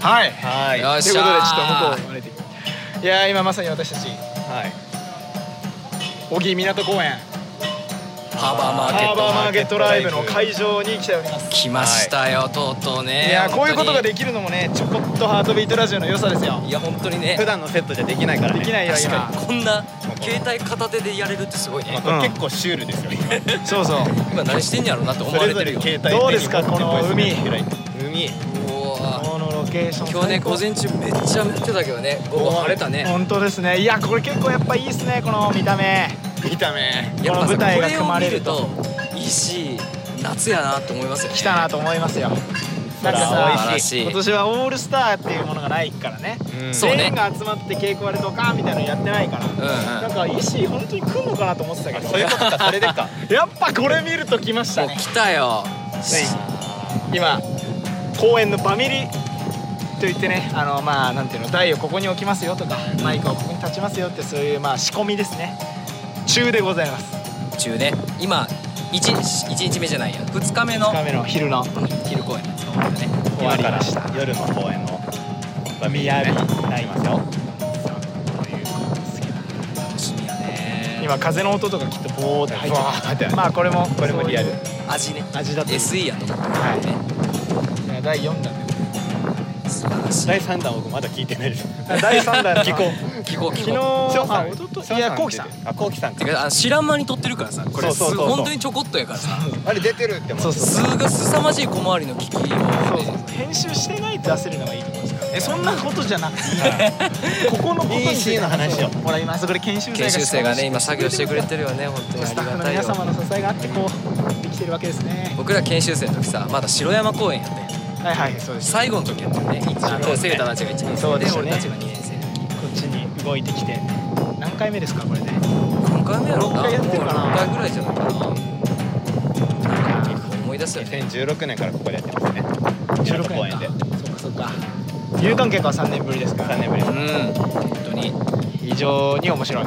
はいはいよっというしことでちょっとゃ向こうを歩いていきますいやー今まさに私たちはい小木港公園ハーバーマーハケッーバトーマーケットライブの会場に来ております来ましたよとうとうねいやーこういうことがでできるのもねちょこっとハートビートラジオの良さですよいや本当にね普段のセットじゃできないからねできないよ確か今にこんな携帯片手でやれるってすごいねまあこれ結構シュールですよ今そうそう今何してんやろうなって思そわれれてぞるれよ携帯どうですかこの海海うわこのロケーション今日ね午前中めっちゃ降ってたけどね午後晴れたね本当ですねいやこれ結構やっぱいいですねこの見た目見た目やこっぱのさ舞台がこれを組ま見れるるとといいし夏やなって思いますよね来たなと思いますよなんかそら素晴さらしい今年はオールスターっていうものがないからねうんそうね全員が集まって稽古割れとかみたいなのやってないから、んうんなんか石本当に来んのかなと思ってたけどそういうことかそれでか やっぱこれ見ると来ましたもうね来たよ今公園のバミリといってねあのまあなんていうの台をここに置きますよとかマイクをここに立ちますよってそういうまあ仕込みですね中でございます中ね今 1, 一日目じゃないや2日目のカメラの昼の昼公演の方でね終わりました今から夜の公演のバミリ宮ね城なりますよ楽しみやね今風の音とかきっとボーって入ってブワーって入ってるるまあこれもここれもリアル味ね味だと SE やと思うはいねいや第4弾で素晴らしい第三弾僕まだ聞いてないです第3弾聞こう聞こう聞昨日こうあ翔一昨さ日いやこうきさん出てるあこうきさんてかかあの知らん間に撮ってるからさこれそうそうそうそうす本当にちょこっとやからさあれ出てるって思そううそうすがすさまじい小回りの危機をそうそうそう編集してないと出せるのがいいと思うんですからえそんなことじゃなくていい ここのことについて EC の話をほら今そこで研修生が研修生がね今作業してくれてるよね本当にあスりタッフがのたい皆様よの支えがあってこうできてるわけですね僕ら研修生の時さまだ城山公園やったよはいはいそうですこ最後の時やったよね一なるほど応ね生徒たちが1年そう生ででしたね俺たちが2年生の時っちに動いてきて何回目ですかこれで何回目やろうな六回やってるかなもう6回ぐらいじゃないかななんか思い出すよね2016年からここでやってますね16年か公演でそっかそっか有観客は3年ぶりですから3年ぶりうん本当に非常に面白い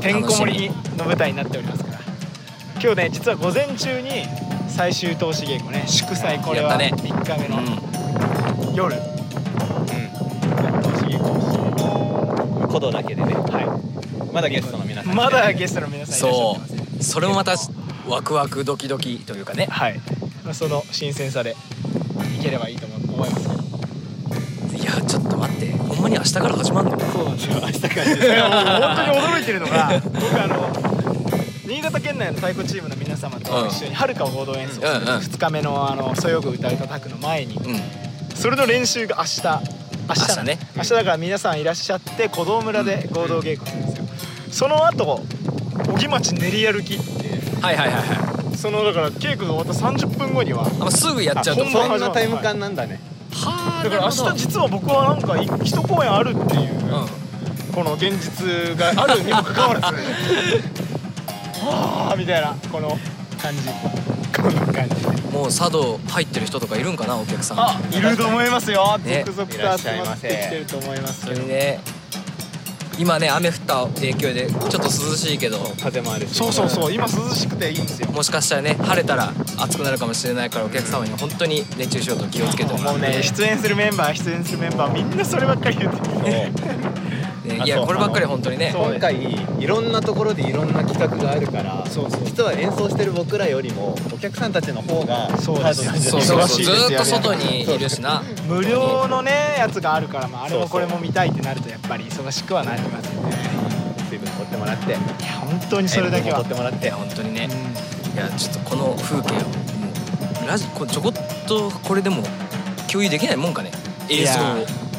てんこ盛りの舞台になっておりますから今日ね実は午前中に最終投資稽古ね祝祭これやはったね3日目うのん夜投資稽古うん鼓動だけでねはいまだゲストの皆さんまだゲストの皆さんいらっしゃってそますねうそれもまたワクワクドキドキというかねはいまあその新鮮さでいければいいと思思いますけどいやちょっと待ってほんまに明日から始まるのそうなん ですよ明日からいやもう本当に驚いてるのが僕あの新潟県内の太鼓チームの皆様と一緒にはるかを合同演奏するうんうん2日目のあの「そよぐ歌う叩く」の前にうんそれの練習が明日明日明日ね明日だから皆さんいらっしゃって小道村で合同稽古するんですよ、その後小木町練り歩きってはいはいはいはいそのだから稽古が終わった30分後にはあもうすぐやっちゃうとあ思本うそ番んなタイム感なんだねはあだから明日実は僕はなんかい一公演あるっていう、この現実があるにもかかわらず はあみたいなこの感じこの感じうん、もう茶道入ってる人とかいるんかなお客さんあいると思いますよね続々と集まってきてると思いますけ本当どにね今ね雨降った影響でちょっと涼しいけど風もあるしそうそうそう今涼しくていいんですよもしかしたらね晴れたら暑くなるかもしれないからお客様に本当に熱中症と気をつけてもらもっうてね出演するメンバー出演するメンバーみんなそればっかり言ってるそうねあいやそうこればっかり本当にねそう 今回いろんなところでいろんな企画があるからそうそう実は演奏してる僕らよりもお客さんたちの方がハーそうドでなんすじゃないそうそう忙そしいうずですよーっと外にいるしな無料のねやつがあるからまああれもこれも見たいってなるとやっぱり忙しくはなりますよね水分取ってもらっていや本当にそれだけは、塩分も取っていやもらっ本当にねうんいやちょっとこの風景をもうラジこちょこっとこれでも共有できないもんかね映像い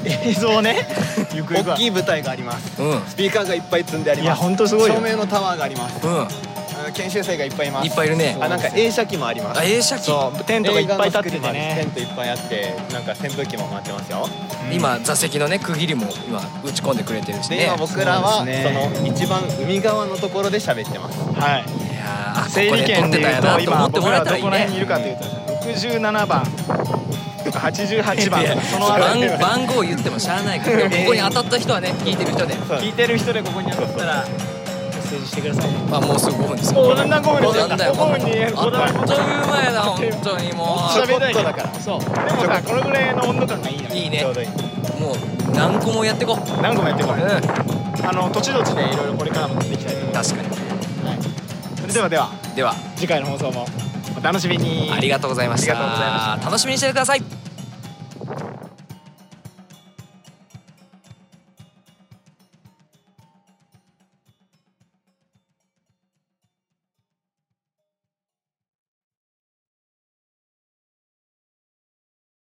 映像ね行方てが大きい舞台がありますをうんスピーカーがいっぱい積んでありますいやほんとすごいよ照明のタワーがありますうんあの研修生がいっぱいいますいっぱいいるねあなんか映写機もありますあ映写機そうテントがいっぱい立ってて映画のスクリーンもありますテねントいっぱいあってなんか扇風機も回ってますよ今座席のね区切りも今打ち込んでくれてるしでね今僕らはそそうですねの一番海側のところで喋ってますはいいやーあ整理ここ券でで撮ってたん言うやとな今と思って僕もららえたどらいいこら辺にいねるかというと67番88番その辺り番番号言ってもしゃあない からでもここに当たった人はね聞いてる人で聞いてる人でここに当たったらメッセージしてくださいねまあもうすぐ5分ですよもうだんだん5分ですよなんだよ5分にあっという間やな本当にもちょ喋りたいけどちょこっとだからそうでもさこのぐらいの温度感がいいのよういいねちょうどいいもう何個もやってこう何個もやってこうんれ確あの土地土地でいろいろこれからもやっていきたいと思いますかにはいそれではではでは次回の放送もお楽しみにありがとうございましたありがとうございま楽しみにしてください